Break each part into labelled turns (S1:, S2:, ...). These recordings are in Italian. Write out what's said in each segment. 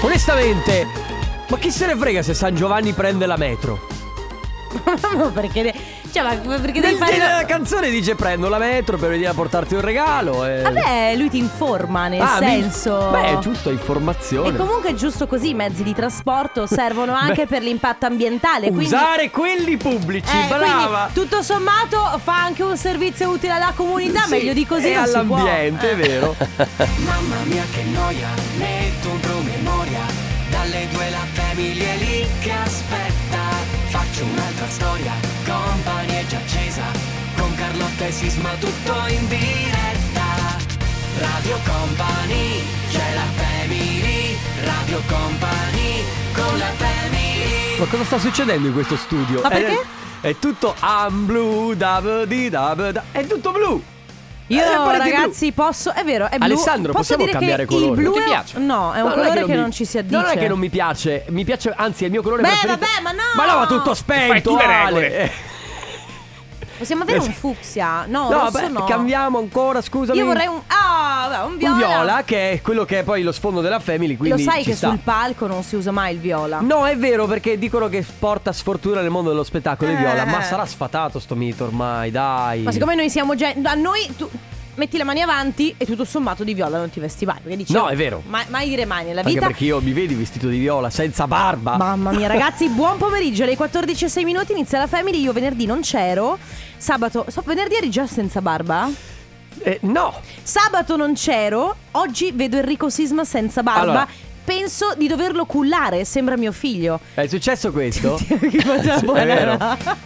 S1: Onestamente, ma chi se ne frega se San Giovanni prende la metro?
S2: No, perché, de- cioè, ma perché
S1: Nel-
S2: devi fare...
S1: Nella canzone dice prendo la metro per venire a portarti un regalo. E...
S2: Vabbè, lui ti informa nel
S1: Ah, mi-
S2: senso...
S1: Beh, è giusto,
S2: E
S1: informazione.
S2: comunque è giusto così, i mezzi di trasporto servono anche per l'impatto ambientale. Quindi,
S1: Usare quelli pubblici,
S2: Eh,
S1: brava.
S2: quindi, tutto sommato fa anche un servizio utile alla comunità,
S1: Sì,
S2: meglio di così
S1: e
S2: non si può. Eh.
S1: all'ambiente, è vero.
S3: Mamma mia che noia, metto un promemoria Dalle due la famiglia è lì che aspetta Faccio un'altra storia, compagnie già accesa Con Carlotta e Sisma tutto in diretta Radio Company, c'è la family Radio Company, con la family
S1: Ma cosa sta succedendo in questo studio?
S2: Ma perché?
S1: È, è tutto I'm blue, da di da da. È tutto blu.
S2: Io
S1: Eh, guarda che
S2: ragazzi posso, è vero, è blu.
S1: Alessandro,
S2: posso
S1: possiamo
S2: dire
S1: cambiare
S2: che
S1: colore?
S2: Il blu
S1: Non ti
S2: è-
S1: piace?
S2: No, è un
S1: Ma
S2: colore che
S1: mi-
S2: non ci si addice.
S1: Non è che non mi piace, mi piace, anzi, è il mio colore
S2: Beh,
S1: preferito.
S2: vabbè, ma no!
S1: Ma no, ma tutto
S4: Fai
S1: spento,
S4: tu le
S1: Ale.
S4: regole.
S2: Possiamo avere un fucsia? No,
S1: No,
S2: rosso
S1: beh,
S2: no.
S1: cambiamo ancora, scusami.
S2: Io vorrei un Ah, vabbè, un viola.
S1: Un viola, che è quello che è poi lo sfondo della family,
S2: Lo
S1: quindi
S2: sai
S1: ci
S2: che
S1: sta. Mm.
S2: sul palco non si usa mai il viola.
S1: No, è vero perché dicono che porta sfortuna nel mondo dello spettacolo il viola,
S2: Eh.
S1: ma sarà sfatato sto mito ormai, dai.
S2: Ma siccome noi siamo gen- a noi tu metti le mani avanti e tutto sommato di viola non ti vesti mai, perché dici
S1: No, è vero.
S2: Mai, mai dire mai nella
S1: Anche
S2: vita.
S1: perché io mi vedi vestito di viola senza barba.
S2: Mamma mia ragazzi, buon pomeriggio, alle 14.06 minuti inizia la family, io venerdì non c'ero, sabato, so, venerdì eri già senza barba?
S1: Eh, no.
S2: Sabato non c'ero, oggi vedo Enrico Sisma senza barba.
S1: Allora.
S2: Penso di doverlo cullare, sembra mio figlio.
S1: È successo questo?
S2: Che cosa
S1: Sì, è
S2: buona.
S1: vero.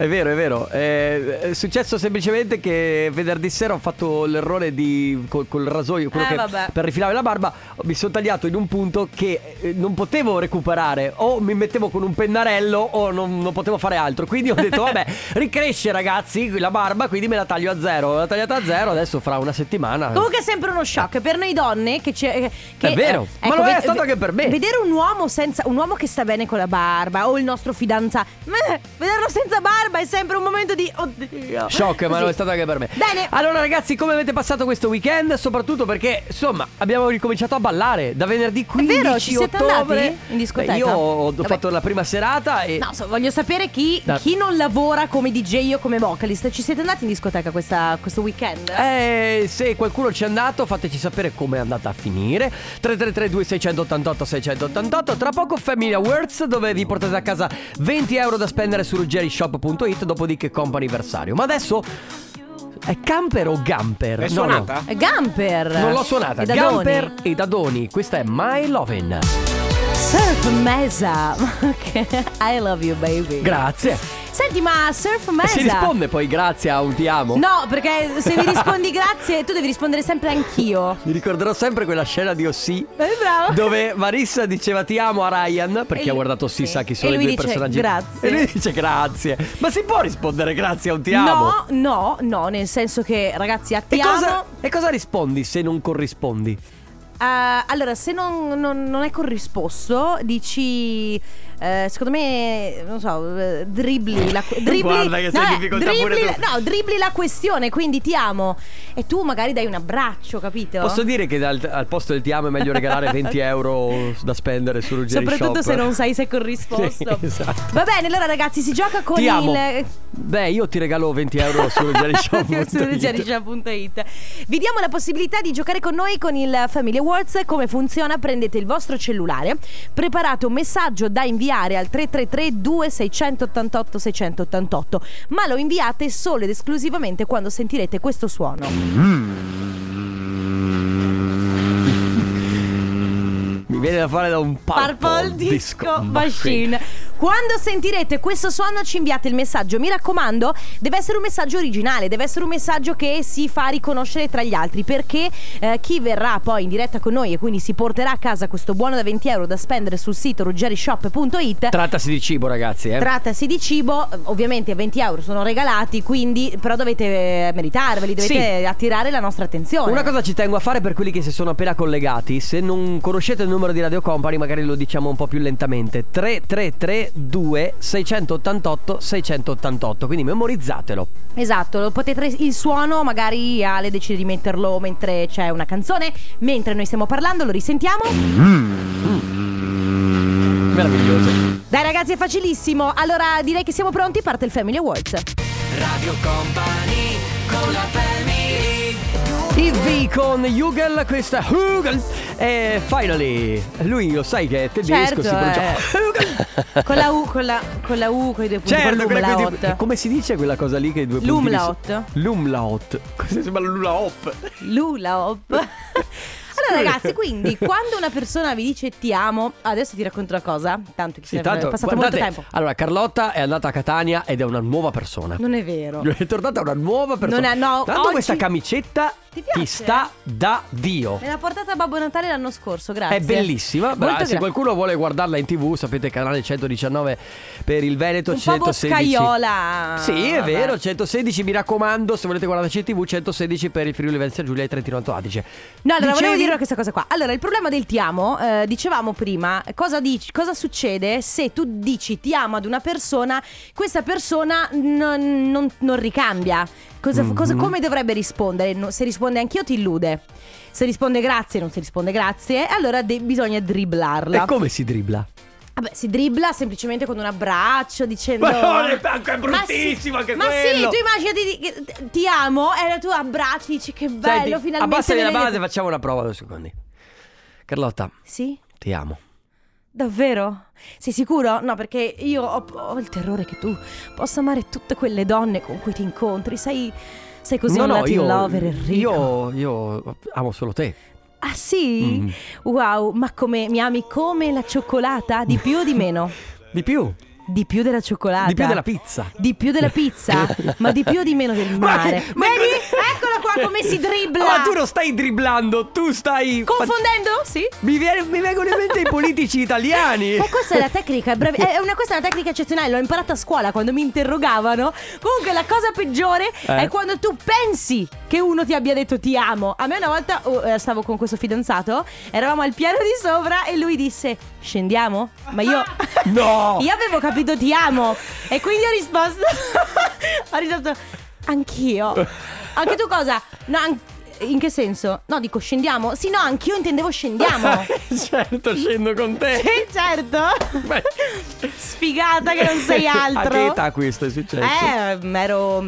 S1: È vero, è vero. Eh, È successo semplicemente che venerdì sera ho fatto l'errore di col, col rasoio, quello
S2: Eh,
S1: che
S2: vabbè.
S1: per rifilare la barba, mi sono tagliato in un punto che eh, non potevo recuperare. O mi mettevo con un pennarello o non, non potevo fare altro. Quindi ho detto vabbè, ricresce ragazzi la barba, quindi me la taglio a zero. L'ho tagliata a zero, adesso fra una settimana.
S2: Comunque è sempre uno shock per noi donne che ci eh, che,
S1: Eh.
S2: ecco,
S1: È vero, ma lo è
S2: ved-
S1: stato anche per me.
S2: Vedere un uomo senza un uomo che sta bene con la barba o il nostro fidanzato, eh, vederlo senza barba è sempre un momento di oddio.
S1: Shock, ma
S2: Così.
S1: lo è stato anche per me. Ah,
S2: Bene.
S1: Allora, ragazzi, come avete passato questo weekend? Soprattutto perché, insomma, abbiamo ricominciato a ballare da venerdì 15
S2: vero? Ci siete
S1: ottobre.
S2: andati in discoteca?
S1: Beh, io ho
S2: Vabbè.
S1: fatto la prima serata e.
S2: No, so- voglio sapere chi,
S1: Da-
S2: chi non lavora come DJ o come vocalist. Ci siete andati in discoteca questa- questo weekend?
S1: Eh, se qualcuno ci è andato, fateci sapere come è andata a finire. 333-2688-688. Tra poco Family Awards, dove vi portate a casa 20 euro da spendere su ruggerishop.it. Dopodiché, compa anniversario. Ma adesso. È camper o gamper? No,
S4: È
S1: no.
S4: suonata?
S2: Eh, Gamper.
S1: Non l'ho suonata.
S2: E Esatto. Dadoni.
S1: Gamper e Dadoni. Questa è My Lovin'.
S2: Surf Mesa. Ok. I love you, baby.
S1: Grazie.
S2: Senti, ma Surf
S1: E
S2: Mesa.
S1: Eh, Si risponde poi grazie a un ti amo.
S2: Esatto. No, perché se mi rispondi grazie, tu devi rispondere sempre anch'io.
S1: Mi ricorderò sempre quella scena di Ossi.
S2: Eh, bravo.
S1: Dove Marissa diceva ti amo a Ryan
S2: E
S1: perché
S2: lui-
S1: ha guardato Ossi,
S2: sì.
S1: sa chi sono
S2: E
S1: i
S2: lui
S1: due
S2: dice,
S1: personaggi.
S2: "Grazie".
S1: E lui dice grazie. Ma si può rispondere grazie a un ti amo?
S2: No, no, no, nel senso che ragazzi, a
S1: E
S2: ti
S1: cosa,
S2: amo.
S1: e cosa rispondi se non corrispondi?
S2: eh, allora, se non, non- non è corrisposto, dici. eh, secondo me, non so, eh, dribbli la dribbli, eh,
S1: Guarda che sei in difficoltà pure
S2: dribbli,
S1: tu.
S2: No, dribbli la questione, quindi ti amo. E tu magari dai un abbraccio, capito?
S1: Posso dire che dal- al posto del ti amo è meglio regalare 20 euro da spendere su Ruggeri
S2: Soprattutto
S1: Shop.
S2: se non sai se è corrisposto.
S1: Sì, esatto.
S2: Va bene, allora ragazzi, si gioca con
S1: Ti amo.
S2: il
S1: Beh, io ti regalo 20 euro su
S2: Su
S1: ruggerishop.it
S2: ruggeriscia.it. Vi diamo la possibilità di giocare con noi con il Family Awards. Come funziona? Prendete il vostro cellulare, preparate un messaggio da inviare al 333 2688 688, ma lo inviate solo ed esclusivamente quando sentirete questo suono.
S1: Mi viene da fare da un purple,
S2: Purple Disco Machine. Quando sentirete questo suono ci inviate il messaggio. Mi raccomando, deve essere un messaggio originale, deve essere un messaggio che si fa riconoscere tra gli altri perché eh, chi verrà poi in diretta con noi e quindi si porterà a casa questo buono da 20 euro da spendere sul sito ruggerishop.it
S1: Trattasi di cibo, ragazzi, eh.
S2: Trattasi di cibo, eh, ovviamente 20 euro sono regalati, quindi però dovete eh, meritarveli, dovete attirare la nostra attenzione.
S1: Una cosa ci tengo a fare per quelli che si sono appena collegati, se non conoscete il numero di Radio Company magari lo diciamo un po' più lentamente, 333 332 688 688, quindi memorizzatelo.
S2: Esatto, lo potete, il suono magari Ale decide di metterlo mentre c'è una canzone, mentre noi stiamo parlando, lo risentiamo.
S1: Meraviglioso.
S2: Dai ragazzi è facilissimo, allora direi che siamo pronti, parte il Family Awards.
S3: Radio Company con la family
S1: Izzy con Hugel, questa Hugel e finally lui lo sai che è tedesco
S2: Certo,
S1: si pronuncia
S2: eh.
S1: Hugel.
S2: Con la U, con la, con la U, con i due punti,
S1: Certo,
S2: con
S1: quella- quella-
S2: l'umlaut.
S1: come si dice quella cosa lì che i due punti
S2: L'umlaut.
S1: L'umlaut. Cosa sembra l'umlaut?
S2: Lulaop. Allora ragazzi, quindi quando una persona vi dice ti amo, adesso ti racconto una cosa, tanto che
S1: Sì,
S2: ci è
S1: tanto,
S2: passato
S1: guardate,
S2: molto tempo.
S1: Allora, Carlotta è andata a Catania ed è una nuova persona.
S2: Non è vero.
S1: È tornata una nuova persona.
S2: Non è- no,
S1: Tanto
S2: oggi-
S1: questa camicetta
S2: Ti piace?
S1: sta da Dio.
S2: Me l'ha portata Babbo Natale l'anno scorso, grazie.
S1: È bellissima. Bra-
S2: Molto
S1: se
S2: gra-
S1: qualcuno vuole guardarla in tv, sapete, canale 119 per il Veneto,
S2: Un po'
S1: 116.
S2: boscaiola. Ah,
S1: Sì, è
S2: Vabbè.
S1: vero, 116, mi raccomando, se volete guardarci in tv, 116 per il Friuli Venezia Giulia e Trentino Alto Adige.
S2: No, allora
S1: cioè, Dicevi-
S2: volevo dire questa cosa qua. Allora, il problema del ti amo, eh, dicevamo prima, cosa, dici- cosa succede se tu dici ti amo ad una persona, questa persona non, non- non ricambia. Cosa-
S1: Mhm.
S2: cosa- come dovrebbe rispondere? No, se risponde anch'io ti illude. Se risponde grazie, non si risponde grazie, allora de- bisogna dribblarla.
S1: E come si dribbla?
S2: Vabbè, si dribbla semplicemente con un abbraccio dicendo...
S1: Ma no, è- è bruttissimo
S2: ma sì,
S1: anche
S2: Ma sì,
S1: quello.
S2: tu immaginati di- che ti amo e tu abbracci, dici che bello,
S1: Senti,
S2: finalmente...
S1: abbassami la
S2: mi
S1: base,
S2: vedete.
S1: facciamo una prova due secondi. Carlotta,
S2: Sì?
S1: ti amo.
S2: Davvero? Sei sicuro? No, perché io ho, ho il terrore che tu possa amare tutte quelle donne con cui ti incontri. Sei, sei così
S1: no,
S2: un
S1: no,
S2: Latin
S1: io,
S2: lover, Enrico.
S1: io, io amo solo te.
S2: Ah sì?
S1: Mm.
S2: Wow, ma come mi ami come la cioccolata? Di più o di meno?
S1: Di più,
S2: Di più della cioccolata.
S1: di più della pizza.
S2: Di più della pizza? ma di più o di meno del mare?
S1: Ma- ma
S2: Vedi?
S1: cosa- Oh,
S2: Eccolo qua come si dribbla!
S1: Ma tu non stai dribblando, tu stai...
S2: Confondendo? Sì.
S1: Mi, viene- mi vengono in mente i politici italiani.
S2: E questa è la tecnica, bravi- eh, è una, questa è una tecnica eccezionale, l'ho imparata a scuola quando mi interrogavano. Comunque la cosa peggiore
S1: Eh.
S2: è quando tu pensi che uno ti abbia detto ti amo. A me una volta oh, eh, stavo con questo fidanzato, eravamo al piano di sopra e lui disse scendiamo? Ma io...
S1: No!
S2: eh. io avevo capito ti amo e quindi ho risposto... ho risposto anch'io. Anche tu cosa? No, an- in che senso? No, dico scendiamo? Sì, no, anch'io intendevo scendiamo.
S1: certo, scendo con te.
S2: Sì, certo.
S1: Beh.
S2: Sfigata che non sei altro.
S1: A che età questo è successo?
S2: Eh, ero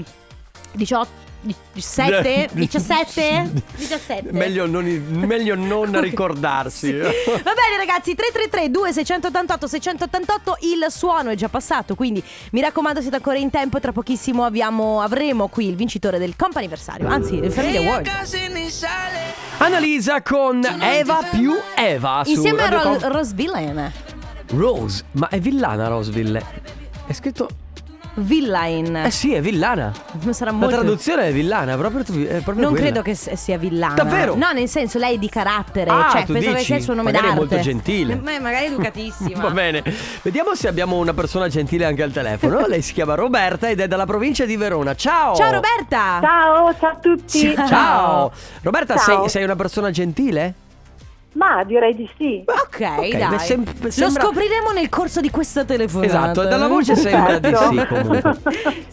S2: 18 17 17 17
S1: Meglio non, meglio non ricordarsi.
S2: Sì. Va bene ragazzi 333 2688 688 Il suono è già passato Quindi mi raccomando siete ancora in tempo Tra pochissimo abbiamo- avremo qui il vincitore del comp'anniversario Anzi il Family Award
S1: Annalisa con Eva più Eva. su
S2: Insieme a
S1: Radio
S2: Ro-
S1: Com-
S2: Rose Villain
S1: Rose, ma è villana Roseville. È scritto. Eh
S2: Villain
S1: sì, è villana.
S2: Sarà
S1: La
S2: molto
S1: traduzione è villana, è proprio, tu- è proprio
S2: Non
S1: quella.
S2: credo che s- sia villana.
S1: Davvero?
S2: No, nel senso lei è di carattere.
S1: Ah,
S2: cioè,
S1: tu
S2: penso che
S1: dici?
S2: sia il suo nome
S1: Magari è
S2: d'arte.
S1: molto gentile.
S2: Ma- magari educatissima.
S1: Va bene, vediamo se abbiamo una persona gentile anche al telefono. Lei si chiama Roberta ed è dalla provincia di Verona. Ciao!
S2: Ciao Roberta!
S4: Ciao, ciao a tutti.
S1: Ciao! Roberta,
S4: Ciao.
S1: Sei, sei una persona gentile?
S4: Ma direi di sì.
S2: Ok,
S1: Ok,
S2: dai.
S1: beh, sem-
S2: Lo
S1: sembra-
S2: scopriremo nel corso di questa telefonata.
S1: Esatto, dalla voce sembra di sì comunque.
S2: Certo.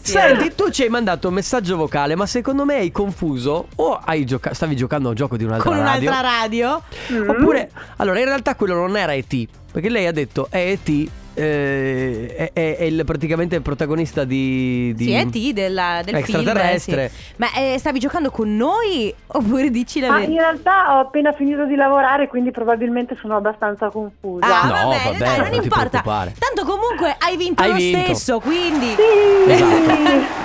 S2: Sì,
S1: Senti, tu ci hai mandato un messaggio vocale, ma secondo me hai confuso o hai gioca- stavi giocando a un gioco di un'altra
S2: Con
S1: radio.
S2: un'altra radio.
S1: Oppure, allora, in realtà quello non era E.T. Perché lei ha detto è E.T. eh, è, è- è il- praticamente il protagonista di, di
S2: Sì, è T della, del
S1: Extraterrestre.
S2: film. sì. Ma eh, stavi giocando con noi oppure dici la
S4: Ma in
S2: verità?
S4: realtà ho appena finito di lavorare, quindi probabilmente sono abbastanza confusa.
S2: Ah,
S1: No,
S2: va bene,
S1: vabbè,
S2: dai,
S1: non
S2: non
S1: ti
S2: importa.
S1: preoccupare.
S2: Tanto comunque hai vinto
S1: Hai
S2: lo
S1: vinto.
S2: stesso, quindi
S4: Sì.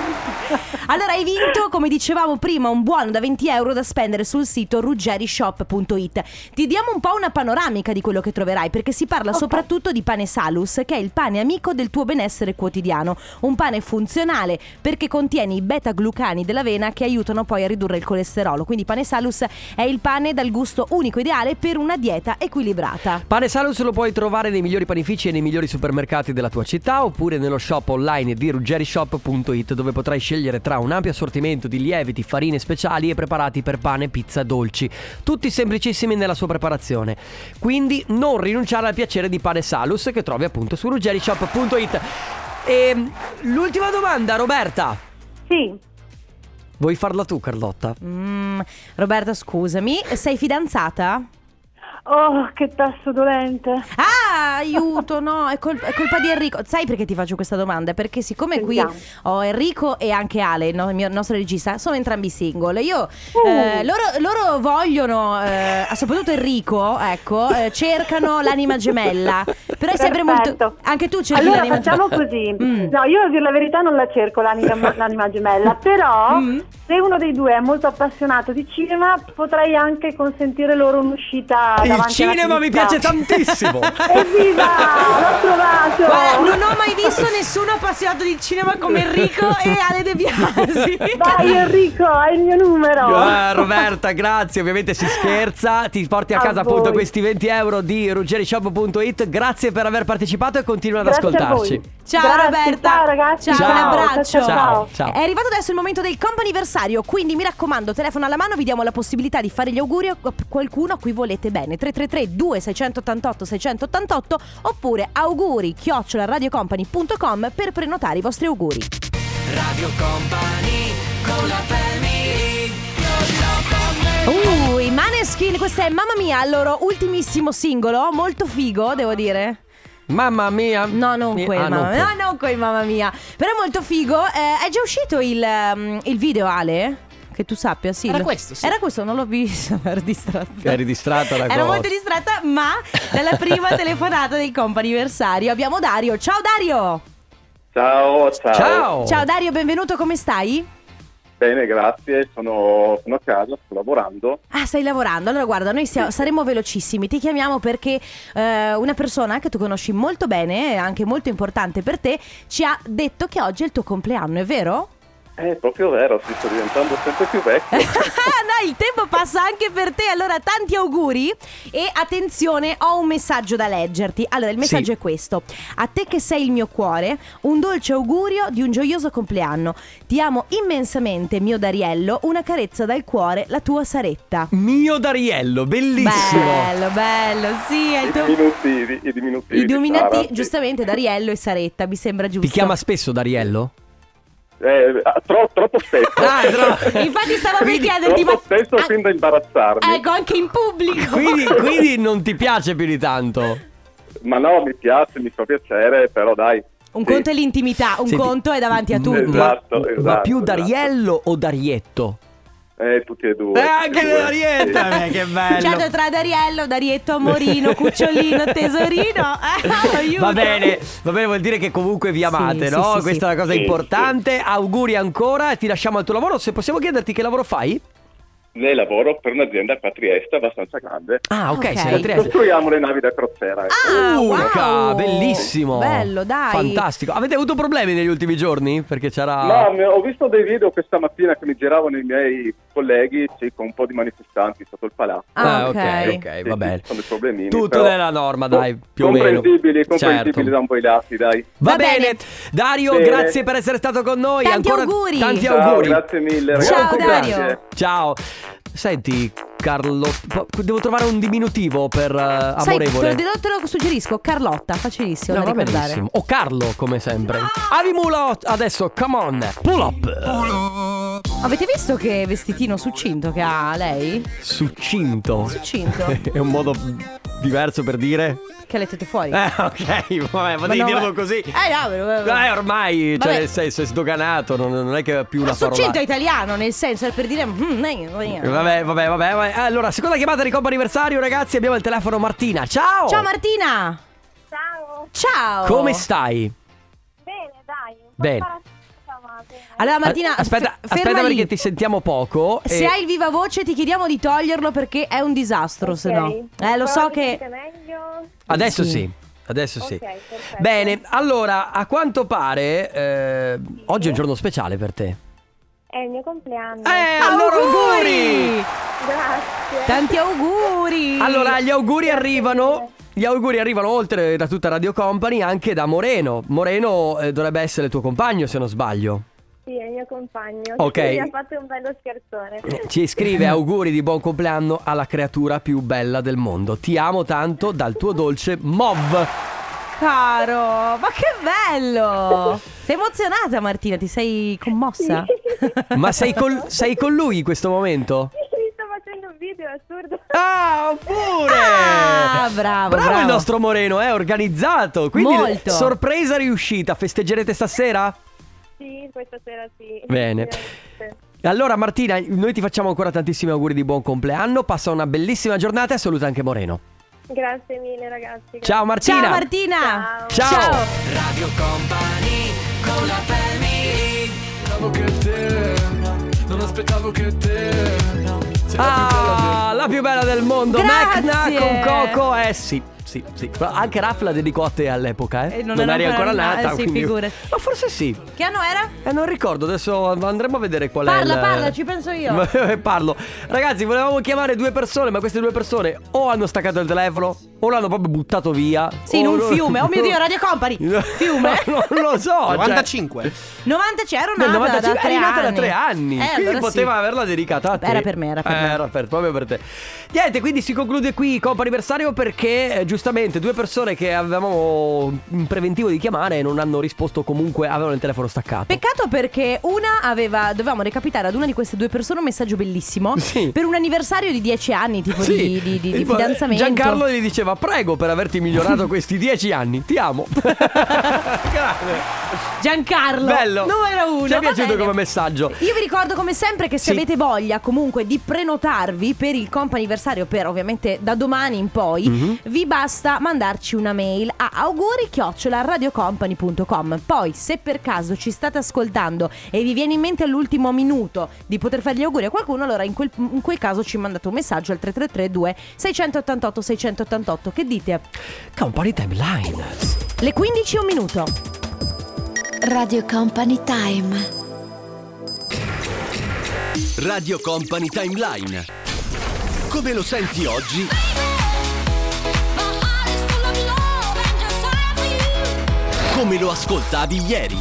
S2: Allora hai vinto, come dicevamo prima, un buono da 20 euro da spendere sul sito ruggerishop.it. Ti diamo un po' una panoramica di quello che troverai, perché si parla soprattutto di pane salus, che è il pane amico del tuo benessere quotidiano. Un pane funzionale perché contiene i beta-glucani dell'avena che aiutano poi a ridurre il colesterolo. Quindi pane salus è il pane dal gusto unico ideale per una dieta equilibrata.
S1: Pane Salus lo puoi trovare nei migliori panifici e nei migliori supermercati della tua città oppure nello shop online di ruggerishop.it dove potrai scegliere tra tra un ampio assortimento di lieviti, farine speciali e preparati per pane, pizza, dolci, tutti semplicissimi nella sua preparazione. Quindi non rinunciare al piacere di pane Salus che trovi appunto su ruggerishop.it. E Ehm, l'ultima domanda, Roberta.
S4: Sì,
S1: Vuoi farla tu, Carlotta?
S2: Mm, Roberta, scusami, sei fidanzata?
S4: oh, che tasso dolente.
S2: Ah, aiuto, no, è, col- è colpa di Enrico. Sai perché ti faccio questa domanda? Perché siccome qui
S4: Sentiamo.
S2: ho Enrico e anche Ale, no, il mio- il nostro regista, sono entrambi single. Io,
S4: Uh.
S2: eh, loro, loro vogliono, eh, soprattutto Enrico, ecco, eh, cercano l'anima gemella. Però è sempre molto...
S4: Perfetto.
S2: Anche tu cerchi
S4: Allora
S2: l'anima
S4: facciamo così. No, io a dire la verità non la cerco l'anima, l'anima gemella, però
S2: Mm.
S4: se uno dei due è molto appassionato di cinema potrei anche consentire loro un'uscita
S1: Il
S4: davanti alla
S1: cinema mi
S4: finestra.
S1: piace tantissimo.
S4: Evviva! L'ho trovato!
S2: Guarda, non ho mai visto nessuno appassionato di cinema come Enrico e Ale De Biasi.
S4: Vai Enrico, hai il mio numero!
S1: Ah, Roberta, grazie. Ovviamente si scherza. Ti porti a,
S4: A
S1: casa appunto
S4: voi.
S1: questi 20 euro di ruggerishop.it. Grazie per aver partecipato e continua ad
S4: Grazie a
S1: ascoltarci.
S4: voi.
S2: Ciao
S4: Grazie,
S2: Roberta.
S4: ciao, ragazzi.
S2: Ciao, un
S1: Ciao.
S2: abbraccio.
S4: Ciao, ciao.
S1: Ciao.
S2: È arrivato adesso il momento del comp'anniversario, quindi mi raccomando, telefono alla mano, vi diamo la possibilità di fare gli auguri a qualcuno a cui volete bene. 333 2688 688 oppure auguri radiocompany.com per prenotare i vostri auguri. Uh, i Maneskin, questa è Mamma Mia, il loro ultimissimo singolo, molto figo, devo dire.
S1: Mamma mia.
S2: No, non
S1: Mi-
S2: quel,
S1: ah, non
S2: mamma.
S1: quel.
S2: no, non quel, mamma mia. Però è molto figo. Eh, è già uscito il, ehm, il video, Ale? Che tu sappia, sì.
S5: Era
S2: Lo-
S5: questo, sì.
S2: Era questo, non l'ho visto, ero distratta.
S1: Eri distratta da cosa?
S2: Ero molto distratta, ma dalla prima telefonata del comp anniversario abbiamo Dario. Ciao Dario!
S6: Ciao, ciao.
S1: Ciao.
S2: Ciao Dario, benvenuto, come stai?
S6: Bene, grazie. Sono, sono a casa, sto lavorando.
S2: Ah, stai lavorando. Allora, guarda, noi sia- saremo velocissimi. Ti chiamiamo perché eh, una persona che tu conosci molto bene, e anche molto importante per te, ci ha detto che oggi è il tuo compleanno, è vero?
S6: È proprio vero, sì, sto diventando sempre più
S2: Eh,
S6: vecchio.
S2: no, il tempo passa anche per te. Allora, tanti auguri e attenzione, ho un messaggio da leggerti. Allora, il messaggio
S1: Sì.
S2: è questo. A te che sei il mio cuore, un dolce augurio di un gioioso compleanno. Ti amo immensamente, mio Dariello, una carezza dal cuore, la tua Saretta.
S1: Mio Dariello, bellissimo.
S2: Bello, bello, sì, è
S6: I
S2: il tuo...
S6: diminutivi, i diminutivi.
S2: I dominati-
S6: di Sara, sì.
S2: giustamente Dariello e Saretta, mi sembra giusto.
S1: Ti chiama spesso Dariello?
S6: Eh, ah, tro- troppo spesso.
S1: Ah, tro-
S2: Infatti stavo per chiederti, ma...
S6: troppo spesso
S2: Ah,
S6: fin da imbarazzarmi.
S2: Ecco, anche in pubblico.
S1: Quindi, quindi non ti piace più di tanto.
S6: Ma no, mi piace, mi fa piacere, però dai.
S2: Un
S6: Sì.
S2: conto è l'intimità, un
S1: Senti,
S2: conto è davanti a
S1: m-
S2: tutti.
S6: esatto.
S1: ma
S6: esatto,
S1: più
S6: esatto.
S1: Dariello o Darietto?
S6: Eh, tutti e due.
S1: Eh,
S6: tutti e
S1: anche
S6: due,
S1: Darietta,
S6: sì.
S1: beh, Eh, che bello.
S2: Certo, tra Dariello, Darietto, Amorino, Cucciolino, Tesorino. Eh, aiuto.
S1: Va bene, va bene, vuol dire che comunque vi amate,
S2: Sì,
S1: no?
S2: sì, sì,
S1: Questa è la cosa
S6: Sì,
S1: importante. Auguri ancora e ti lasciamo al tuo lavoro. Se possiamo chiederti che lavoro fai?
S6: Lei lavoro per un'azienda qua a Trieste abbastanza grande.
S1: Ah, ok,
S2: Ok.
S1: sei da Trieste.
S6: Costruiamo le navi da crociera. ecco.
S2: Ah, wow.
S1: Urca, bellissimo.
S2: Bello, dai.
S1: Fantastico. Avete avuto problemi negli ultimi giorni? Perché c'era
S6: No, mi- ho visto dei video questa mattina che mi giravano i miei colleghi, sì, con un po' di manifestanti sotto il palazzo.
S2: Ah,
S1: Ah, ok,
S2: ok.
S1: ok,
S6: Sì,
S1: va bene.
S6: Sono dei problemini.
S1: Tutto
S6: però-
S1: nella norma, dai, più o meno.
S6: comprensibili, comprensibili
S1: Certo.
S6: da un po' i lati, dai.
S1: Va,
S2: Va
S1: bene.
S2: bene.
S1: Dario,
S6: Bene.
S1: grazie per essere stato con noi.
S2: Tanti
S1: Ancora
S2: auguri.
S1: Tanti
S6: Ciao,
S1: auguri.
S6: grazie mille,
S2: Ciao,
S6: ragazzi.
S2: Dario.
S6: grazie.
S1: Ciao. Senti, Carlo, po- devo trovare un diminutivo per eh,
S2: Sai, te
S1: amorevole.
S2: lo, te lo- te lo suggerisco, Carlotta, facilissimo
S1: No,
S2: da
S1: va
S2: ricordare.
S1: benissimo. O Carlo, come sempre. Avi Mula, adesso, come on. Pull up.
S2: Avete visto che vestitino succinto che ha lei?
S1: Succinto.
S2: Succinto,
S1: È un modo diverso per dire?
S2: che ha le tette fuori.
S1: Eh, ok, vabbè,
S2: Ma
S1: potevi
S2: no,
S1: dirlo
S2: ma-
S1: così.
S2: Eh, no, però-
S1: Eh, ormai,
S2: Vabbè.
S1: cioè, sei, sei sdoganato, non, non è che è più
S2: Ma
S1: una parola.
S2: succinto è italiano, nel senso, è per dire... mm, eh, eh.
S1: Vabbè, vabbè, vabbè, vabbè. Allora, seconda chiamata di Coppa Anniversario, ragazzi. Abbiamo il telefono Martina. Ciao!
S2: Ciao Martina! Ciao! Ciao!
S1: Come stai? Bene, dai. Bene.
S2: Allora Martina,
S1: A- aspetta,
S2: f- ferma
S1: aspetta
S2: lì.
S1: perché ti sentiamo poco. Eh,
S2: Se
S1: e-
S2: hai il viva voce ti chiediamo di toglierlo perché è un disastro, se no. Eh, lo so che...
S1: Adesso sì.
S2: Sì.
S1: Adesso sì. Bene, allora, a quanto pare, eh, oggi è un giorno speciale per te.
S7: È il mio compleanno.
S1: Eh,
S7: Grazie.
S2: Tanti auguri!
S1: Allora, gli auguri arrivano. Gli auguri arrivano oltre da tutta Radio Company anche da Moreno. Moreno eh, dovrebbe essere il tuo compagno, se non sbaglio.
S7: Sì, è il mio compagno.
S1: Ok. Eh.
S7: Sì, Mi ha fatto un bello scherzone.
S1: Ci scrive auguri di buon compleanno alla creatura più bella del mondo. Ti amo tanto dal tuo dolce Mov.
S2: Caro, ma che bello! Sei emozionata Martina, ti sei commossa?
S1: Ma sei col- sei con lui in questo momento?
S7: Mi sto facendo un video, è assurdo.
S1: Ah, oppure!
S2: Ah, bravo, bravo.
S1: il nostro Moreno, è organizzato. Quindi
S2: Molto.
S1: sorpresa riuscita, festeggerete stasera?
S7: Sì, questa sera sì.
S1: Bene.
S7: Sicuramente.
S1: Allora Martina, noi ti facciamo ancora tantissimi auguri di buon compleanno, passa una bellissima giornata e saluta anche Moreno.
S7: Grazie mille ragazzi.
S1: Ciao Martina.
S2: Ciao Martina!
S1: Ciao.
S3: Radio Company con la family Aspettavo che te Non aspettavo che te
S1: Ah, la più bella del mondo,
S2: Grazie.
S1: Mecna con Coco. Eh sì, sì, sì. Però anche Raf la dedicò a te all'epoca, eh?
S2: Eh, non era
S1: eri ancora
S2: ancora na-
S1: nata,
S2: eh, sì,
S1: quindi-
S2: figurati.
S1: Ma forse sì.
S2: Che anno era?
S1: Eh, non ricordo, adesso andremo a vedere qual è
S2: Parla,
S1: il... Eh,
S2: parla, ci penso io.
S1: Parlo. Ragazzi, volevamo chiamare due persone, ma queste due persone o hanno staccato il telefono o l'hanno proprio buttato via.
S2: Sì, in
S1: o
S2: un
S1: non-
S2: fiume. Oh mio Dio, Radio Company.
S1: No,
S2: Fiume.
S1: non lo so. cioè-
S5: 95.
S2: 95 ero
S1: Nel
S2: nata
S1: 95
S2: da tre
S1: è cioè, nata
S2: anni.
S1: da tre anni,
S2: Eh,
S1: quindi
S2: allora sì.
S1: poteva averla dedicata a te.
S2: Era per me, era per
S1: Eh,
S2: me.
S1: Era per, proprio per te. Niente, quindi si conclude qui Coppa Anniversario perché eh, giustamente due persone che avevamo in preventivo di chiamare non hanno risposto comunque, avevano il telefono staccato.
S2: Peccato perché una aveva. Dovevamo recapitare ad una di queste due persone un messaggio bellissimo.
S1: Sì.
S2: Per un anniversario di 10 anni, tipo
S1: Sì,
S2: di, di- di- di
S1: tipo,
S2: fidanzamento.
S1: Giancarlo gli diceva prego per averti migliorato questi dieci anni, ti amo. Grande.
S2: Giancarlo,
S1: Bello.
S2: numero uno.
S1: Ci è
S2: va
S1: piaciuto
S2: bene.
S1: come messaggio.
S2: Io vi ricordo come sempre che se
S1: Sì.
S2: avete voglia comunque di prenotarvi per il comp'anniversario per ovviamente da domani in poi,
S1: Mhm.
S2: vi basta mandarci una mail a auguri@radiocompany.com. Poi se per caso ci state ascoltando e vi viene in mente all'ultimo minuto di poter fare gli auguri a qualcuno, allora in quel, in quel caso ci mandate un messaggio al 3332 688 688 che dite?
S1: Company Timeline.
S2: Le 15 e un minuto.
S8: Radio Company Time.
S5: Radio Company Timeline. Come lo senti oggi? Come lo
S9: Ah,
S5: ascoltavi ieri?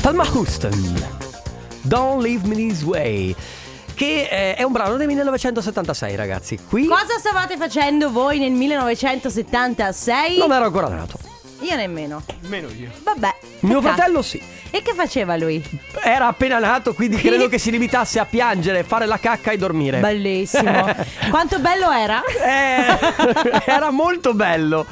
S1: Palma Houston. Don't Leave Me This Way. Che eh, è un brano del 1976, ragazzi. Qui
S2: Cosa stavate facendo voi nel 1976?
S1: non ero ancora nato.
S2: Io nemmeno. Nemmeno io. Vabbè.
S1: Mio
S2: peccato.
S1: fratello sì.
S2: E che faceva lui?
S1: Era appena nato, quindi credo che si limitasse a piangere, fare la cacca e dormire.
S2: Bellissimo. Quanto bello era?
S1: Ecco. Eh, era molto bello.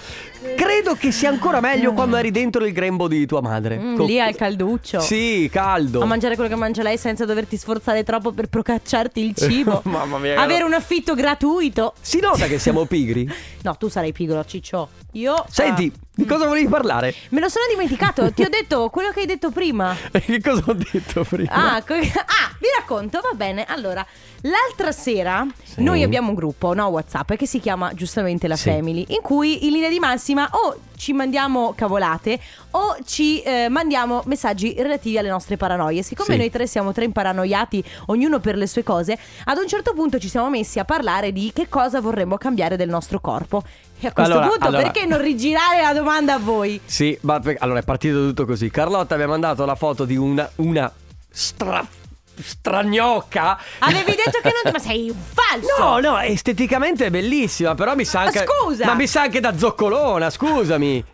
S1: Credo che sia ancora meglio quando eri dentro il grembo di tua madre.
S2: Mm,
S1: Co-
S2: lì al calduccio.
S1: Sì, caldo.
S2: A mangiare quello che mangia lei senza doverti sforzare troppo per procacciarti il cibo.
S1: Mamma mia,
S2: Avere
S1: no.
S2: un affitto gratuito.
S1: Si nota che siamo
S2: Ah.
S1: pigri.
S2: No, tu sarai pigro, ciccio. Io.
S1: Senti,
S2: ah,
S1: di cosa volevi parlare?
S2: me lo sono dimenticato. Ti ho detto quello che hai detto prima.
S1: Che cosa ho detto prima?
S2: Ah, co- ah, vi racconto, va bene. Allora, l'altra sera
S1: Sì.
S2: noi abbiamo un gruppo, no, WhatsApp, che si chiama giustamente La
S1: Sì.
S2: Family, in cui in linea di massima o ci mandiamo cavolate o ci eh, mandiamo messaggi relativi alle nostre paranoie. Siccome
S1: Sì.
S2: noi tre siamo tre imparanoiati, ognuno per le sue cose, ad un certo punto ci siamo messi a parlare di che cosa vorremmo cambiare del nostro corpo. E a questo
S1: Allora,
S2: punto,
S1: allora.
S2: perché non rigirare la domanda a voi?
S1: Sì, ma per- allora è partito tutto così. Carlotta mi ha mandato la foto di una, una stra- stragnocca.
S2: Avevi detto che non. Ma sei un falso!
S1: No, no, esteticamente è bellissima, però mi sa
S2: Ma
S1: anche.
S2: scusa!
S1: Ma mi sa anche da zoccolona, scusami.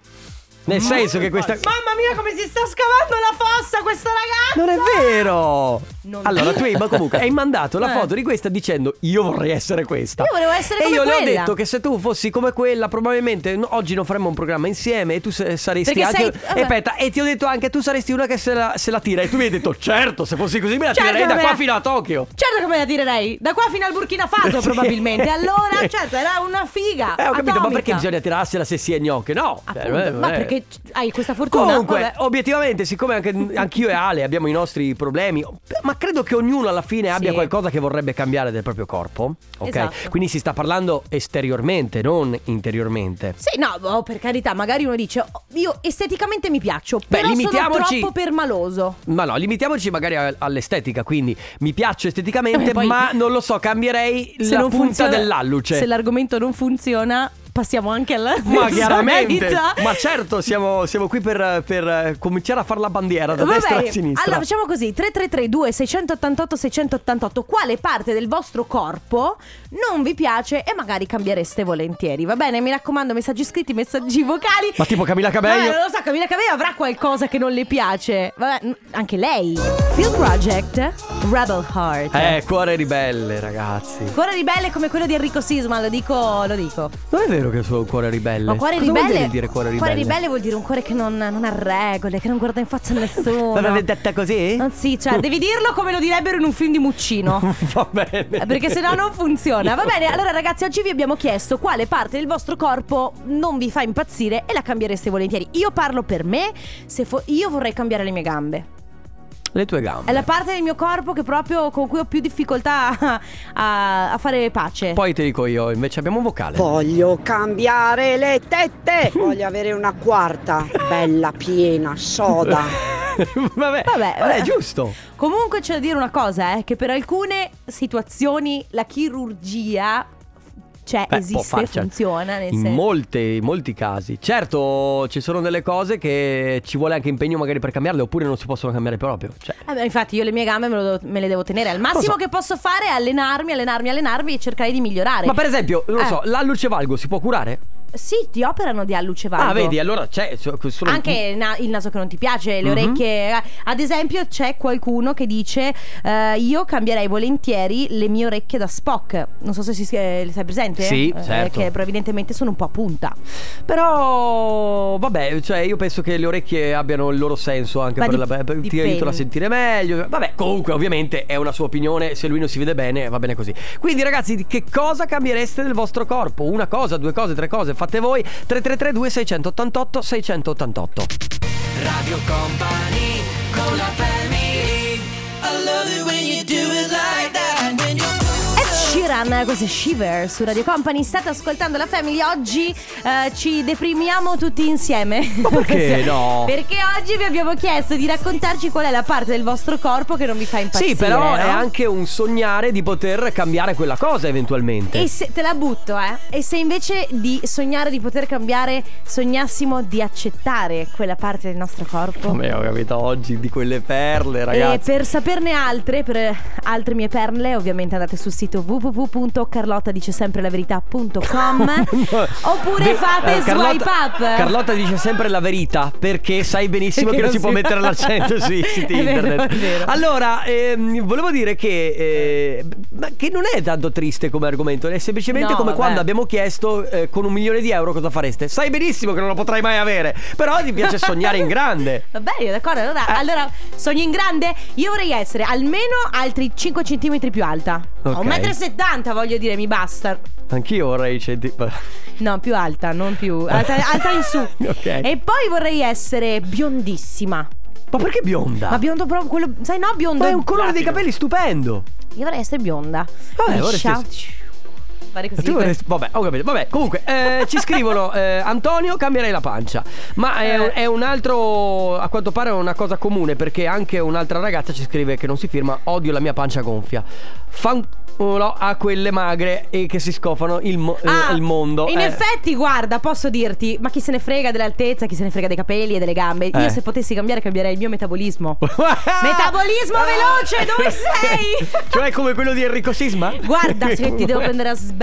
S1: Nel senso che questa.
S2: Mamma mia, come si sta scavando la fossa questa ragazza!
S1: Non è vero!
S2: Non
S1: allora, tu hai, ma comunque hai mandato la
S2: Eh.
S1: foto di questa dicendo io vorrei essere questa.
S2: Io volevo essere
S1: E
S2: come
S1: io le ho
S2: quella.
S1: detto che se tu fossi come quella, probabilmente no- oggi non faremmo un programma insieme e tu se- saresti
S2: Perché
S1: anche.
S2: sei- vabbè.
S1: E aspetta, e ti ho detto anche tu saresti una che se la, se la tira. E tu mi hai detto, certo, se fossi così me la
S2: Certo
S1: tirerei da
S2: che me
S1: qua
S2: la-
S1: fino a Tokyo.
S2: Certo che me la tirerei, da qua fino al Burkina Faso
S1: Sì.
S2: probabilmente. Allora, certo, era una figa.
S1: Eh, ho capito, ma
S2: atomica.
S1: perché bisogna tirarsela se si è gnocche? No,
S2: Appunto,
S1: Cioè, eh,
S2: ma
S1: eh.
S2: perché c- hai questa fortuna?
S1: Comunque,
S2: Vabbè.
S1: obiettivamente, siccome anche, anch'io e Ale abbiamo i nostri problemi, ma credo che ognuno alla fine abbia
S2: Sì.
S1: qualcosa che vorrebbe cambiare del proprio corpo. Ok.
S2: Esatto.
S1: Quindi si sta parlando esteriormente, non interiormente.
S2: Sì, no, boh, per carità, magari uno dice "Oh, io esteticamente mi piaccio,
S1: Beh,
S2: però sono
S1: limitiamoci-
S2: troppo permaloso.
S1: Ma no, limitiamoci magari a- all'estetica. Quindi mi piaccio esteticamente,
S2: Vabbè, poi-
S1: ma non lo so, cambierei la punta
S2: funziona-
S1: dell'alluce.
S2: Se l'argomento non funziona, passiamo anche alla
S1: Ma chiaramente,
S2: personalità.
S1: ma certo, siamo, siamo qui per, per, eh, cominciare a fare la bandiera da
S2: Vabbè,
S1: destra a sinistra.
S2: Allora facciamo così 3332 688 688 Quale parte del vostro corpo non vi piace e magari cambiereste volentieri Va bene mi raccomando messaggi scritti, messaggi vocali
S1: Ma tipo Camilla Cabello?
S2: Vabbè, Non lo so Camilla Cabello avrà qualcosa che non le piace Vabbè n- anche lei Field Project Rebel Heart
S1: Eh, cuore ribelle, ragazzi.
S2: Cuore ribelle come quello di Enrico Sisma Lo dico, lo dico
S1: Non è vero che sono cuore ribelle.
S2: Ma cuore
S1: Cosa
S2: ribelle
S1: vuol dire dire cuore ribelle?
S2: ribelle vuol dire un cuore che non, non ha regole Che non guarda in faccia a nessuno
S1: Ma l'avete detta così?
S2: Ah, sì, cioè, devi dirlo come lo direbbero in un film di Muccino.
S1: Va bene.
S2: Eh, Perché sennò non funziona. Va bene, allora ragazzi, oggi vi abbiamo chiesto quale parte del vostro corpo non vi fa impazzire e la cambiereste volentieri. Io parlo per me, se fo- io vorrei cambiare le mie gambe.
S1: Le tue gambe.
S2: È la parte del mio corpo che proprio con cui ho più difficoltà a, a- a fare pace.
S1: Poi te dico io, invece abbiamo un vocale.
S10: Voglio cambiare le tette, voglio avere una quarta, bella, piena, soda.
S1: Vabbè.
S2: Vabbè,
S1: Vabbè,
S2: eh.
S1: è giusto.
S2: Comunque c'è da dire una cosa, eh, che per alcune situazioni la chirurgia cioè,
S1: Beh, può
S2: esiste,
S1: farci-
S2: funziona. Nel
S1: in
S2: senso.
S1: molte- in molti casi. Certo, ci sono delle cose che ci vuole anche impegno magari per cambiarle, oppure non si possono cambiare proprio. Cioè,
S2: Eh beh, infatti io le mie gambe me, lo devo- me le devo tenere. Al massimo
S1: so.
S2: che posso fare è allenarmi, allenarmi, allenarmi e cercare di migliorare.
S1: Ma per esempio, non lo
S2: Eh.
S1: so, l'alluce valgo si può curare?
S2: Sì, ti operano di alluce valgo.
S1: Ah, vedi, allora c'è. so- sono-
S2: Anche il na- il naso che non ti piace,
S1: Mhm.
S2: le orecchie. Ad esempio, c'è qualcuno che dice: eh, Io cambierei volentieri le mie orecchie da Spock. Non so se si, eh, le sai presente?
S1: Sì,
S2: Eh,
S1: certo.
S2: Che probabilmente sono un po' a punta.
S1: Però, vabbè, cioè, io penso che le orecchie abbiano il loro senso anche
S2: Ma
S1: per
S2: di-
S1: la. per- ti
S2: dipende.
S1: aiutano a sentire meglio. Vabbè, comunque, ovviamente è una sua opinione. Se lui non si vede bene, va bene così. Quindi, ragazzi, di che cosa cambiereste del vostro corpo? Una cosa, due cose, tre cose, fate voi. 3332 688 688
S3: Radio Company con la family. I love it when you do it like that. When you
S2: Ed Sheeran, cos'è Shiver su Radio Company? State ascoltando la Family oggi, eh, ci deprimiamo tutti insieme. Ma
S1: perché no?
S2: Perché oggi vi abbiamo chiesto di raccontarci qual è la parte del vostro corpo che non vi fa impazzire.
S1: Sì, però
S2: no?
S1: è anche un sognare di poter cambiare quella cosa eventualmente.
S2: E se, te la butto, eh? E se invece di sognare di poter cambiare, sognassimo di accettare quella parte del nostro corpo?
S1: Come ho capito oggi di quelle perle, ragazzi.
S2: E per saperne altre, per eh, altre mie perle, ovviamente andate sul sito www.carlottadicesempelaverità.com oppure
S1: Ve-
S2: fate
S1: eh,
S2: swipe up.
S1: Carlotta dice sempre la verità perché sai benissimo
S2: Perché
S1: che non si può
S2: non si-
S1: mettere l'accento sui siti
S2: È vero,
S1: internet.
S2: è vero.
S1: Allora, ehm, volevo dire che, eh, ma che non è tanto triste come argomento, è semplicemente
S2: No,
S1: come
S2: vabbè.
S1: quando abbiamo chiesto eh, con un milione di euro cosa fareste. Sai benissimo che non lo potrai mai avere, però ti piace sognare in grande.
S2: Va bene, d'accordo. Allora,
S1: Eh.
S2: allora, sogno in grande? Io vorrei essere almeno altri 5 cm più alta.
S1: Ok.
S2: 1,70 m voglio dire, mi basta.
S1: Anch'io vorrei cioè, centi-
S2: No, più alta, non più. Alta, alta in su.
S1: Ok.
S2: E poi vorrei essere biondissima.
S1: Ma perché bionda?
S2: Ma biondo proprio quello. Sai, no, biondo.
S1: Ma è un colore dei capelli stupendo.
S2: Io vorrei essere bionda.
S1: Vabbè,
S2: Liscia.
S1: vorresti-
S2: Fare così.
S1: Tu vorresti- Vabbè, ho capito. Vabbè, comunque, eh, ci scrivono: eh, Antonio, cambierei la pancia. Ma
S2: Eh.
S1: è, un- è un altro. A quanto pare è una cosa comune, perché anche un'altra ragazza ci scrive che non si firma: Odio la mia pancia gonfia. Fanculo a quelle magre e che si scofano il, mo- eh,
S2: Ah,
S1: il mondo.
S2: In
S1: Eh,
S2: effetti, guarda, posso dirti, ma chi se ne frega dell'altezza, chi se ne frega dei capelli e delle gambe?
S1: Eh.
S2: Io se potessi cambiare, cambierei il mio metabolismo. Metabolismo veloce, dove sei?
S1: Ah. cioè, come quello di Enrico Sisma?
S2: Guarda, se ti devo prendere a sberle.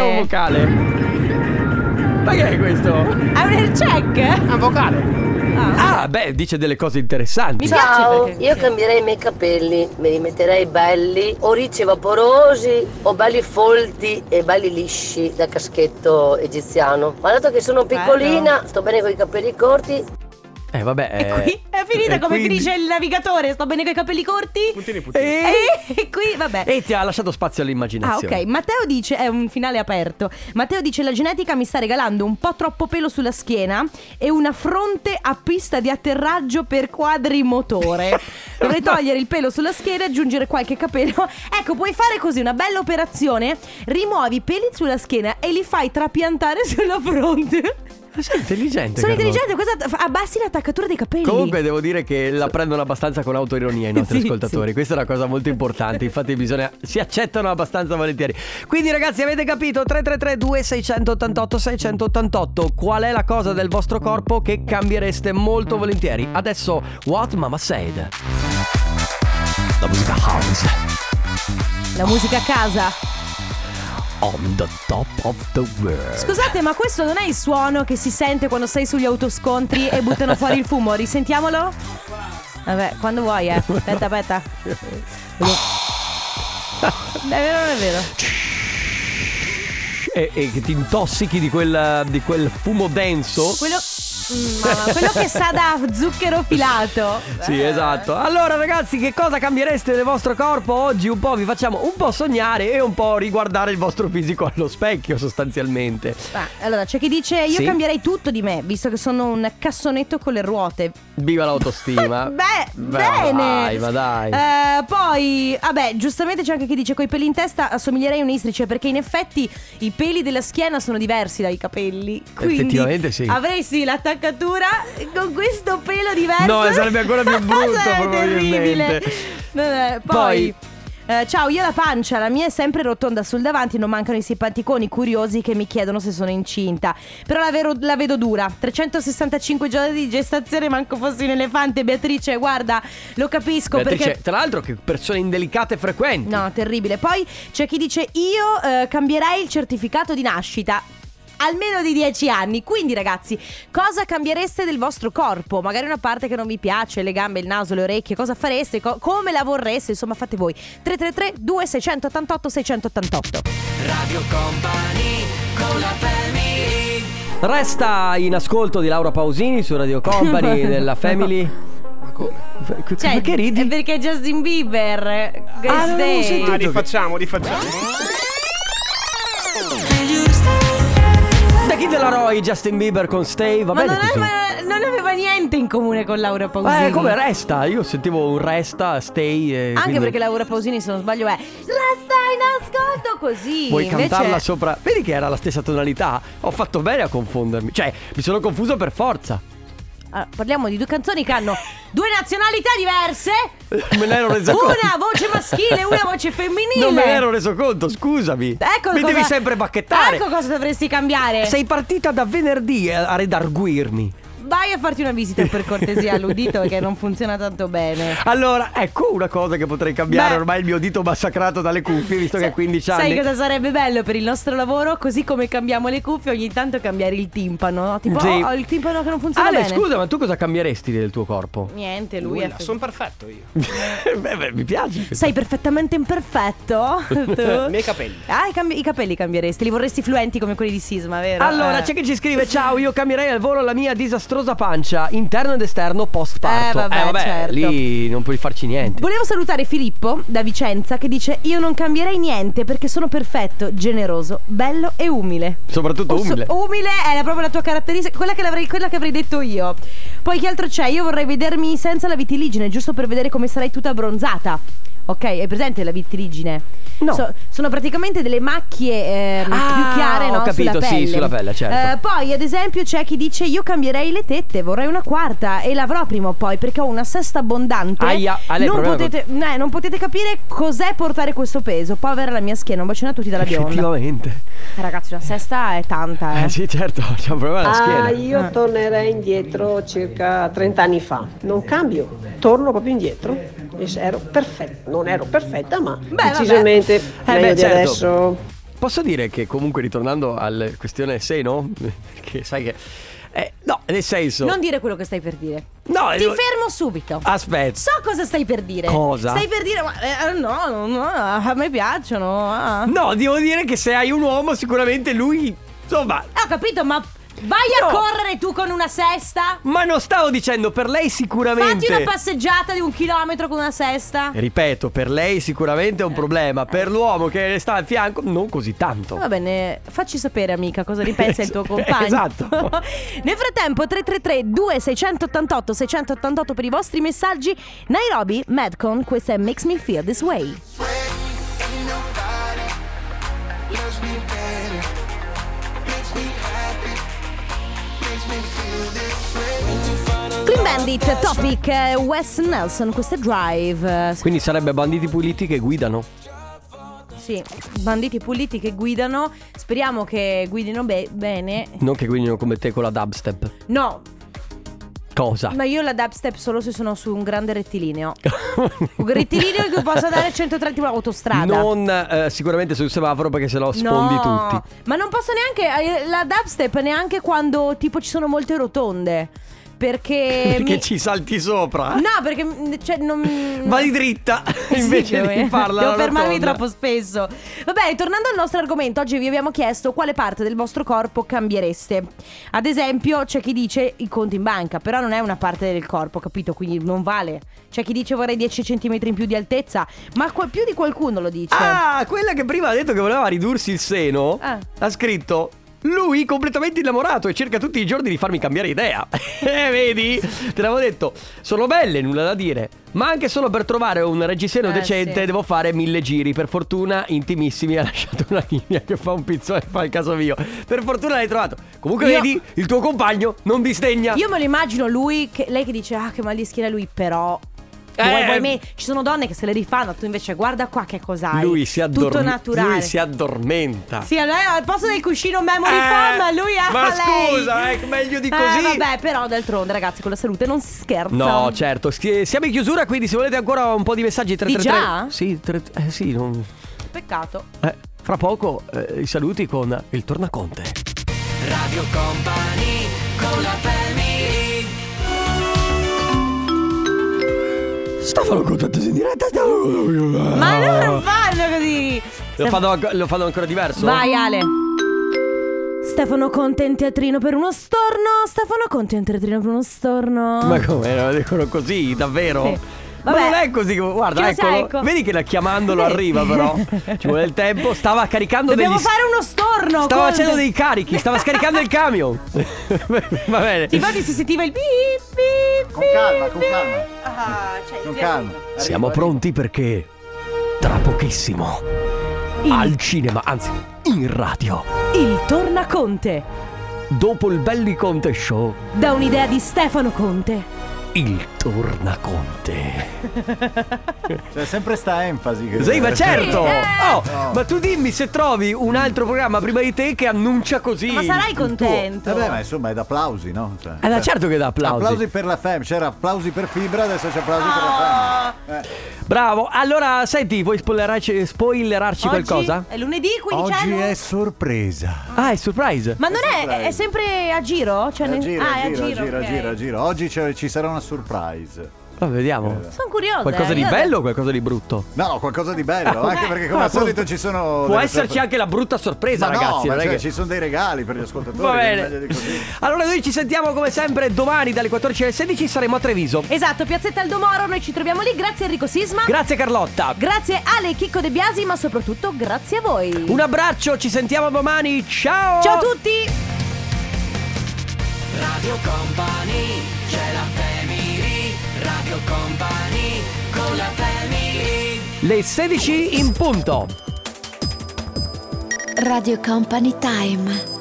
S1: Abbiamo un vocale. Ma che è questo?
S2: È un air check?
S1: Un vocale.
S2: Ah.
S1: Ah, beh, dice delle cose interessanti.
S2: Mi piace perché
S11: io cambierei i miei capelli, me li metterei belli, o ricci e vaporosi, o belli folti e belli lisci da caschetto egiziano. Ma dato che sono
S2: Bello.
S11: piccolina, sto bene con i capelli corti,
S1: Eh, vabbè.
S2: E
S1: eh,
S2: qui è finita
S1: eh,
S2: come
S1: quindi-
S2: finisce il navigatore. Sto bene con i capelli corti?
S1: E...
S2: E qui, vabbè.
S1: Eh? e ti ha lasciato spazio
S2: Ah,
S1: all'immaginazione.
S2: ok. Matteo dice: È un finale aperto. Matteo dice: La genetica mi sta regalando un po' troppo pelo sulla schiena e una fronte a pista di atterraggio per quadrimotore. Dovrei togliere il pelo sulla schiena e aggiungere qualche capello. Ecco, puoi fare così una bella operazione: rimuovi i peli sulla schiena e li fai trapiantare sulla fronte.
S1: Sei intelligente.
S2: Sono
S1: Carlotta.
S2: intelligente, questa fa- abbassi l'attaccatura dei capelli.
S1: Comunque devo dire che la prendono abbastanza con autoironia i nostri
S2: Sì,
S1: ascoltatori,
S2: sì.
S1: questa è una cosa molto importante, infatti bisogna si accettano abbastanza volentieri. Quindi ragazzi avete capito 333 2688 688 qual è la cosa del vostro corpo che cambiereste molto volentieri? Adesso What Mama Said. La musica house
S2: La musica a casa.
S1: on the top of the world.
S2: Scusate, ma questo non è il suono che si sente quando sei sugli autoscontri e buttano fuori il fumo. Risentiamolo? Vabbè, quando vuoi, eh. Aspetta, aspetta. Volevo- È vero, non è vero.
S1: E, e che ti intossichi di, quel- di quel fumo denso.
S2: Quello. Mm, Mamma, quello che sa da zucchero filato. Eh,
S1: Sì, esatto. Allora, ragazzi, che cosa cambiereste del vostro corpo oggi? Un po' vi facciamo un po' sognare e un po' riguardare il vostro fisico allo specchio, sostanzialmente.
S2: Ah, Allora, c'è chi dice io
S1: Sì.
S2: cambierei tutto di me, visto che sono un cassonetto con le ruote.
S1: Viva l'autostima.
S2: Beh, bene.
S1: Ma dai, ma dai.
S2: Eh, poi, vabbè, giustamente c'è anche chi dice coi peli in testa assomiglierei a un istrice perché in effetti i peli della schiena sono diversi dai capelli. Quindi ecco,
S1: Effettivamente sì.
S2: Avrei sì l'attaccatura con questo pelo diverso.
S1: No, e sarebbe ancora più brutto,
S2: Sarebbe
S1: probabilmente.
S2: terribile. Vabbè, poi.
S1: Poi-
S2: eh, ciao, io ho la pancia, la mia è sempre rotonda sul davanti, non mancano i simpaticoni curiosi che mi chiedono se sono incinta. Però la, vero- la vedo dura, 365 giorni di gestazione, manco fossi un elefante, Beatrice, guarda, lo capisco
S1: Beatrice,
S2: perché...
S1: tra l'altro che persone indelicate e frequenti.
S2: No, terribile. Poi c'è chi dice io eh, cambierei il certificato di nascita. Almeno di 10 anni. Quindi, ragazzi, cosa cambiereste del vostro corpo? Magari una parte che non vi piace, le gambe, il naso, le orecchie, cosa fareste? Co- come la vorreste? Insomma, fate voi. 333 2688 688.
S1: Resta in ascolto di Laura Pausini su Radio Company della Family. Ma come? perché ridi?
S2: Cioè, è perché Justin Bieber. eh,
S1: non avevo
S2: Day.
S1: sentito.
S9: Ma rifacciamo, rifacciamo.
S1: Da chi della Roy Justin Bieber con Stay? Va
S2: eh, Ma
S1: bene
S2: non,
S1: così.
S2: aveva, non aveva niente in comune con Laura Pausini.
S1: Eh, come resta? Io sentivo un resta, stay. e
S2: Anche
S1: quindi-
S2: perché Laura Pausini, se non sbaglio, è Resta in ascolto così.
S1: Vuoi
S2: Invece-
S1: cantarla sopra? Vedi che era la stessa tonalità? Ho fatto bene a confondermi. Cioè, mi sono confuso per forza.
S2: Allora, Ah, parliamo di due canzoni che hanno due nazionalità diverse.
S1: Me ne ero reso conto.
S2: Una voce maschile e una voce femminile.
S1: Non me ne ero reso conto, scusami.
S2: Ecco
S1: mi
S2: cosa-
S1: devi sempre bacchettare.
S2: Ecco cosa dovresti cambiare.
S1: Sei partita da venerdì eh, a a redarguirmi.
S2: Vai a farti una visita per cortesia all'udito che non funziona tanto bene.
S1: Allora, ecco una cosa che potrei cambiare.
S2: Beh.
S1: Ormai il mio dito massacrato dalle cuffie, visto che
S2: Sai-
S1: ha 15 anni.
S2: Sai cosa sarebbe bello per il nostro lavoro? Così come cambiamo le cuffie, ogni tanto cambiare il timpano. no? Tipo,
S1: Sì.
S2: "Oh, ho il timpano che non funziona
S1: Ale,
S2: bene.
S1: scusa, ma tu cosa cambieresti del tuo corpo?
S2: Niente, lui è
S9: Nulla,
S2: fe-
S9: sono perfetto io.
S1: beh, beh, mi piace. questa
S2: Sei perfettamente imperfetto. tu?
S9: I miei capelli.
S2: Ah, i, cambi- i capelli cambieresti, li vorresti fluenti come quelli di Sisma, vero?
S1: Allora,
S2: Eh.
S1: c'è chi ci scrive: Ciao, io cambierei al volo la mia disastrosa pancia, interno ed esterno post parto.
S2: Eh, vabbè, certo.
S1: lì non puoi farci niente.
S2: Volevo salutare Filippo da Vicenza che dice Io non cambierei niente perché sono perfetto, generoso, bello e umile
S9: Oh,
S1: Soprattutto
S2: Osso-
S1: umile.
S2: umile è la- proprio la tua caratteristica, quella che, l'avrei- quella che avrei detto io Poi chi altro c'è? Io vorrei vedermi senza la vitiligine giusto per vedere come sarei tutta bronzata Ok, è presente la vitiligine?
S1: No.
S2: sono praticamente delle macchie ehm,
S1: Ah,
S2: più chiare
S1: ho
S2: no,
S1: capito,
S2: sulla
S1: sì,
S2: pelle.
S1: sulla pelle, certo.
S2: Eh, poi, ad esempio, c'è chi dice: Io cambierei le tette, vorrei una quarta e l'avrò prima o poi perché ho una sesta abbondante.
S1: Aia, ah, lei
S2: non,
S1: problema
S2: potete, eh, non potete capire cos'è portare questo peso. Poi avere la mia schiena. Un bacino a tutti dalla bionda.
S1: Effettivamente.
S2: Eh, Ragazzi, una sesta è tanta,
S1: Eh
S2: eh.
S1: sì, certo, c'è un problema alla schiena. Eh.
S10: Ah, io tornerei indietro circa 30 anni fa. Non cambio, torno proprio indietro. E se Ero perfetta, non ero perfetta, ma
S2: vabbè.
S10: decisamente
S1: beh,
S10: meglio di
S1: certo.
S10: adesso.
S1: Posso dire che comunque ritornando alla questione 6, no? Perché sai che. eh, no, nel senso.
S2: Non dire quello che stai per dire.
S1: No,
S2: Ti
S1: io-
S2: fermo subito.
S1: Aspetta.
S2: So cosa stai per dire.
S1: ah, Cosa?
S2: Stai per dire, ma eh, no, no, no, a me piacciono. ah.
S1: No, devo dire che se hai un uomo, sicuramente lui. Insomma,
S2: Eh, Ho capito, ma vai a
S1: No.
S2: correre tu con una sesta?
S1: ma non stavo dicendo per lei sicuramente.
S2: Fatti una passeggiata di un chilometro con una sesta.
S1: Ripeto, per lei sicuramente è
S2: Eh.
S1: un problema, per l'uomo che le sta al fianco non così tanto.
S2: Va bene, facci sapere amica cosa ne pensa il tuo
S1: Eh,
S2: compagno.
S1: esatto.
S2: Nel frattempo 333 2688 688 per i vostri messaggi. Nairobi, Madcon, questa è Makes Me Feel This Way. Bandit, Topic, eh, Wes Nelson, questo è Drive. eh,
S1: Quindi sarebbe banditi puliti che guidano.
S2: Sì, banditi puliti che guidano, speriamo che guidino be- bene.
S1: Non che guidino come te con la dubstep.
S2: No,
S1: Cosa?
S2: ma io la dubstep solo se sono su un grande rettilineo. un rettilineo che possa dare 130 km autostrada.
S1: Non eh, sicuramente sul semaforo perché sennò sfondi
S2: No,
S1: tutti.
S2: Ma non posso neanche eh, la dubstep neanche quando tipo ci sono molte rotonde. Perché.
S1: Perché
S2: mi-
S1: ci salti sopra.
S2: No, perché mm, cioè, non.
S1: Vai dritta
S2: Sì,
S1: invece
S2: vabbè.
S1: di farla.
S2: Devo
S1: alla
S2: fermarmi
S1: rotonda.
S2: troppo spesso. Vabbè, tornando al nostro argomento, oggi vi abbiamo chiesto quale parte del vostro corpo cambiereste. Ad esempio, c'è chi dice i conti in banca, però non è una parte del corpo, capito? Quindi non vale. C'è chi dice vorrei 10 cm in più di altezza, ma qual- più di qualcuno lo dice.
S1: Ah, quella che prima ha detto che voleva ridursi il seno
S2: Ah.
S1: ha scritto. Lui completamente innamorato e cerca tutti i giorni di farmi cambiare idea. Eh, vedi? Te l'avevo detto, sono belle, nulla da dire. Ma anche solo per trovare un reggiseno
S2: Eh,
S1: decente
S2: sì.
S1: devo fare mille giri. Per fortuna, intimissimi, ha lasciato una linea che fa un pizzone, fa il caso mio. Per fortuna l'hai trovato. Comunque,
S2: Io-
S1: vedi, il tuo compagno non disdegna.
S2: Io me lo immagino lui, che- lei che dice, ah, che mal di schiena lui, però...
S1: Eh.
S2: vuoi- vuoi me- Ci sono donne che se le rifanno, tu invece guarda qua che cos'hai.
S1: Lui si, addorm-
S2: Tutto naturale.
S1: lui si addormenta.
S2: Sì, allora al posto del cuscino memory
S1: Eh,
S2: foam, lui ha
S1: ma
S2: lei.
S1: scusa, eh, meglio di
S2: Eh,
S1: così.
S2: vabbè, però d'altronde ragazzi con la salute non si scherza.
S1: No, certo. Schi- Siamo in chiusura, quindi se volete ancora un po' di messaggi 333.
S2: già?
S1: Sì, tre- eh, sì, non-
S2: Peccato.
S1: eh, fra poco eh, i saluti con il tornaconte.
S3: Radio Company con la family
S1: Stefano Contatesi in diretta. Ah.
S2: Ma non fanno così.
S1: Lo fanno, anco- lo fanno ancora diverso?
S2: Vai Ale. Stefano Conte in teatrino per uno storno. Stefano Conte in teatrino per uno storno.
S1: Ma come? Lo dicono così, davvero?
S2: Sì.
S1: Ma
S2: Vabbè.
S1: non è così, come- guarda,
S2: Chi lo sa,
S1: eccolo.
S2: ecco.
S1: Vedi che la chiamandolo
S2: Vedi.
S1: arriva, però. Ci vuole il tempo. Stava caricando
S2: Dobbiamo
S1: degli.
S2: fare uno storno.
S1: Stava
S2: Conte.
S1: facendo dei carichi, stava scaricando il camion. Va bene.
S2: Ti fatti si sentiva il bip bip. Con calma, con calma. Ah, cioè, con calma.
S1: Siamo pronti perché tra pochissimo al cinema, anzi in radio,
S2: Il tornaconte.
S1: dopo il Belli Conte Show,
S2: Da un'idea di Stefano Conte.
S1: il Tornaconte.
S12: C'è sempre sta enfasi. Che...
S1: Sì, ma certo!
S2: eh.
S1: Oh, ma tu dimmi se trovi un altro programma prima di te che annuncia così.
S2: Ma sarai
S1: il tuo.
S2: contento.
S12: Vabbè, Eh ma insomma è da applausi, no? Cioè,
S1: Eh, ma certo che dà applausi.
S12: Applausi per la fem, c'era applausi per fibra, adesso c'è applausi per la fem. Eh.
S1: Bravo, allora senti, vuoi spoilerarci, spoilerarci
S2: Oggi
S1: qualcosa?
S2: È lunedì, quindi c'è.
S12: Oggi
S2: lu-
S12: è sorpresa.
S1: Ah, è surprise.
S2: Ma non è, è sempre a giro? Cioè,
S12: A
S2: nel-
S12: giro,
S2: ah,
S12: a
S2: è
S12: giro, a giro,
S2: ok.
S12: a giro, a giro. Oggi c'è- ci sarà una surprise.
S1: Ma vediamo.
S2: Sono curiosa. eh.
S1: Qualcosa di
S2: io-
S1: bello o qualcosa di brutto?
S12: No, qualcosa di bello,
S1: Ah,
S12: anche
S1: ok.
S12: perché come
S1: Ah,
S12: al solito
S1: brutto.
S12: ci sono...
S1: Può
S12: delle
S1: esserci
S12: sorpre-
S1: anche la brutta sorpresa,
S12: Ma no,
S1: ragazzi.
S12: ma
S1: non è
S12: cioè,
S1: che-
S12: ci sono dei regali per gli ascoltatori.
S1: Va
S12: quindi meglio
S1: bene.
S12: di così.
S1: Allora noi ci sentiamo come sempre domani dalle 14 alle 16 saremo a Treviso.
S2: Esatto, Piazzetta Aldomoro, noi ci troviamo lì. Grazie Enrico Sisma.
S1: Grazie Carlotta.
S2: grazie Ale Chicco De Biasi, ma soprattutto grazie a voi.
S1: Un abbraccio, ci sentiamo domani. Ciao.
S2: Ciao a tutti!
S3: Radio Company c'è la family Radio Company con la family
S1: Le 16 in punto.
S8: Radio Company Time.